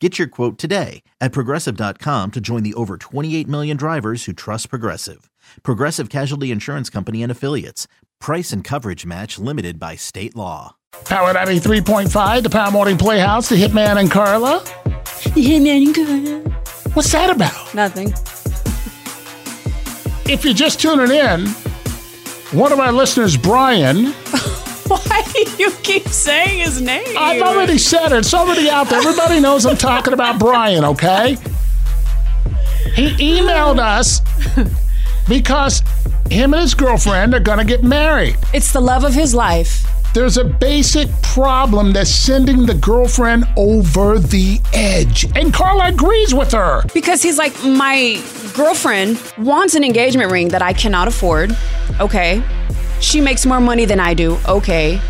Get your quote today at progressive.com to join the over 28 million drivers who trust Progressive. Progressive Casualty Insurance Company and Affiliates. Price and coverage match limited by state law. Power 93.5, the Power Morning Playhouse, the Hitman and Carla. Yeah, man, you good. What's that about? Nothing. If you're just tuning in, one of our listeners, Brian, Why do you keep saying his name? I've already said it, it's already out there. Everybody knows I'm talking about Brian, okay? He emailed us because him and his girlfriend are going to get married. It's the love of his life. There's a basic problem that's sending the girlfriend over the edge. And Carla agrees with her. Because he's like, my girlfriend wants an engagement ring that I cannot afford. Okay. She makes more money than I do. Okay.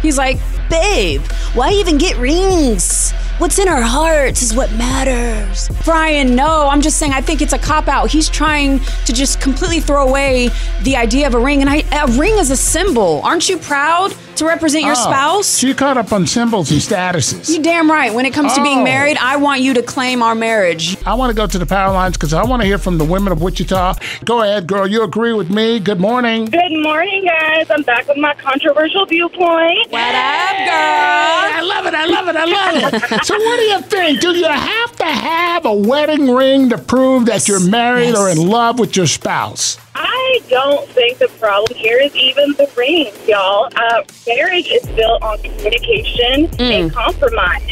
He's like, Babe, why even get rings? What's in our hearts is what matters. Brian, no, I'm just saying I think it's a cop out. He's trying to just completely throw away the idea of a ring. And I, a ring is a symbol. Aren't you proud to represent your Oh, spouse? She caught up on symbols and statuses. you damn right. When it comes to Oh. being married, I want you to claim our marriage. I want to go to the power lines because I want to hear from the women of Wichita. Go ahead, girl. You agree with me? Good morning. Good morning, guys. I'm back with my controversial viewpoint. What up, girl? I love it. I love it. I love it. so, what do you think? Do you have to have a wedding ring to prove that you're married or in love with your spouse? I don't think the problem here is even the ring, y'all. Uh, marriage is built on communication and compromise.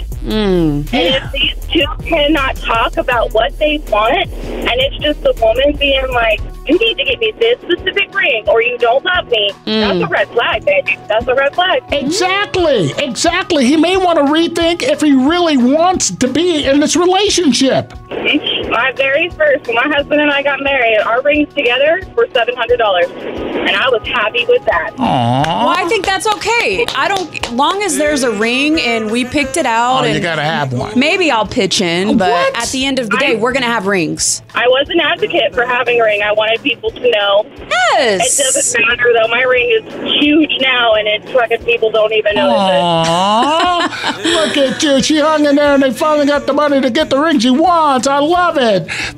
And if these two cannot talk about what they want, and it's just the woman being like, you need to get me this specific ring or you don't love me, that's a red flag, baby. That's a red flag. Exactly. Exactly. He may want to rethink if he really wants to be in this relationship. My very first, when my husband and I got married, our rings together were seven hundred dollars, and I was happy with that. Well, I think that's okay. I don't. Long as there's a ring and we picked it out, Oh, and you got to have one. maybe I'll pitch in. But What? at the end of the day, we're gonna have rings. I was an advocate for having a ring. I wanted people to know. It Yes. doesn't matter though. My ring is huge now, and it's fucking people don't even notice Aww. Look at you. She hung in there and they finally got the money to get the ring she wants. I love it.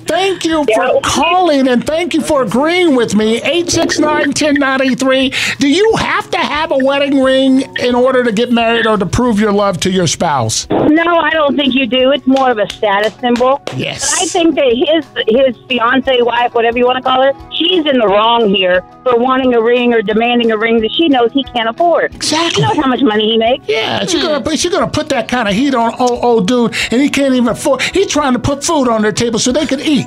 Thank you for Yeah. calling and thank you for agreeing with me. 869 1093. Do you have to have a wedding ring in order to get married or to prove your love to your spouse? it. No, I don't think you do. It's more of a status symbol. I Yes. think that his his fiance, wife, whatever you want to call her, she's in the wrong here for wanting a ring or demanding a ring that she knows he can't afford. Exactly. She knows how much money he makes. Yeah, she's Hmm. gonna put- she gonna put that kind of heat on old old dude, and he can't even afford. He's trying to put food on their table so they could eat.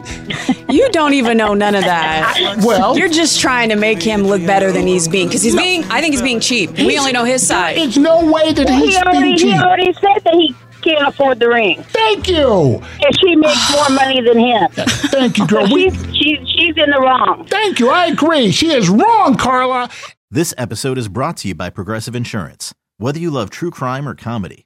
You don't even know none of that. Well, You're just trying to make him look better than he's being, because he's being. I think he's being cheap. We only know his side. it's no way that He he's already, being he cheap. already said that he can't afford the ring. Thank you. And she makes more money than him. Thank you, girl. We, She's, she's, she's in the wrong. thank you. I agree. She is wrong, Carla. This episode is brought to you by Progressive Insurance. Whether you love true crime or comedy,